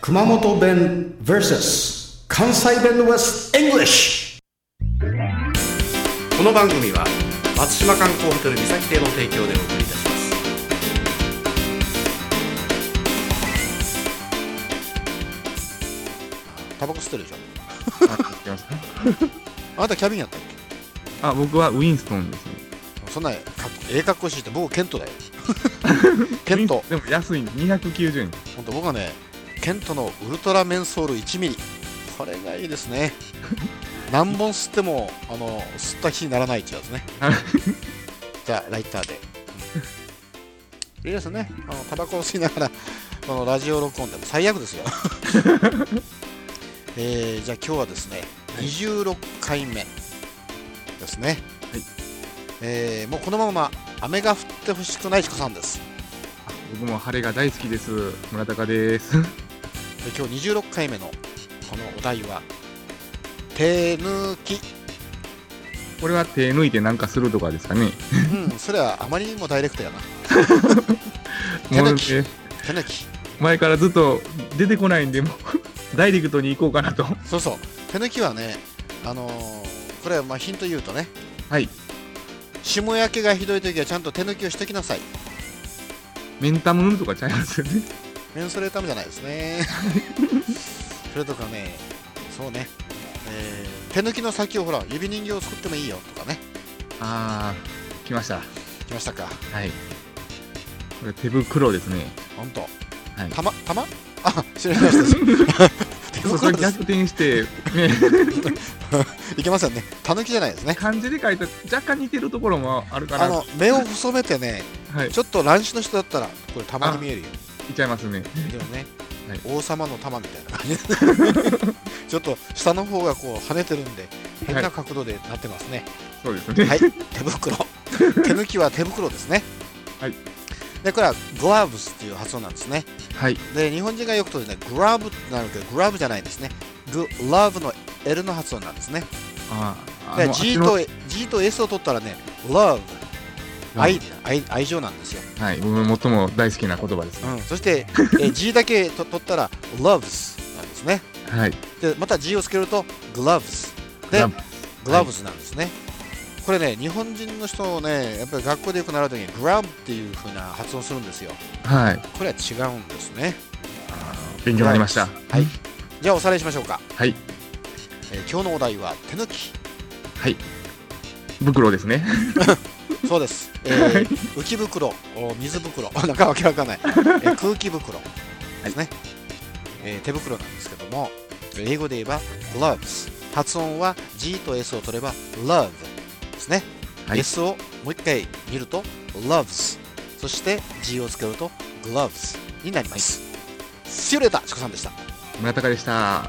熊本弁 VS 関西弁 West English この番組は松島観光ホテル三崎邸の提供でお送りいたしますタバコ吸ってるでしょあなたキャビンやったっあ、僕はウィンストンですね。けそんなかっええ格好してて僕ケントだよケントウィンでも安いんです。290円。本当僕はねケントのウルトラメンソール1ミリこれがいいで すね何本吸ってもあの吸った気にならないってや つねじゃあライターでうんいいですねあのタバコを吸いながらこのラジオ録音でも最悪 ですよ、えーじゃあ今日はですね26回目ですね、はいえーもうこのまま雨が降ってほしくない彦さんですあ僕も晴れが大好きです。村高です。 で今日26回目のこのお題は「手抜きこれは手抜いてなんかするとかですかね。」うんそれはあまりにもダイレクトやなも手う抜ねき手抜き前からずっと出てこないんで、もう ダイレクトに行こうかなと。そうそう手抜きはねあのーこれはまあヒント言うとねはい。霜焼けがひどい時はちゃんと手抜きをしときなさいメンタムーンとかちゃいますよね。メンソレータムじゃないです ねそれとかねそうね、えー手抜きの先をほら指人形を作ってもいいよとかねあー、来ました。来ましたかはい。これ手袋ですね。本当はい。玉玉あ知らないです 手そうそ袋れです逆転して、ね、いけませんね。たぬきじゃないですね。漢字で書いた若干似てるところもあるかあら、の目を細めてね、はい、いちょっと乱視の人だったら、これたまに見えるよ。っちゃいますね。でもね、はい王様の玉みたいな感じ ちょっと下の方がこう跳ねてるんで、変な角度でなってますね。そうですね。はい、手 袋。手抜きは手袋ですね。はい。で、これはグラブスっていう発音なんですね。はい。で、日本人がよくとね、グラブってなるけど、グラブじゃないんですね。グラブの L の発音なんですね。あーあでの G あっと G と S を取ったらね、love ちの愛愛愛情なんですよ、はい、僕の最も大好きな言葉ですね。そして、え ー G だけと取ったら loves なんですねはい。でまた G をつけると gloves でラブ gloves なんですね、これね日本人の人をねやっぱり学校でよく習う時に grab っていう風な発音するんですよはい。これは違うんですね勉強になりました。はいじゃあおさらいしましょうか、はい。えー今日のお題は手抜きはい。袋ですね。そうです、えー浮き袋、お水袋、 なんかわけわかんない、えー空気袋ですね、えー手袋なんですけども、英語で言えば gloves、発音は G と S を取れば love ですね、はい S をもう一回見ると loves、そして G をつけると gloves になります。シュレーター、チコさんでした。村高でした。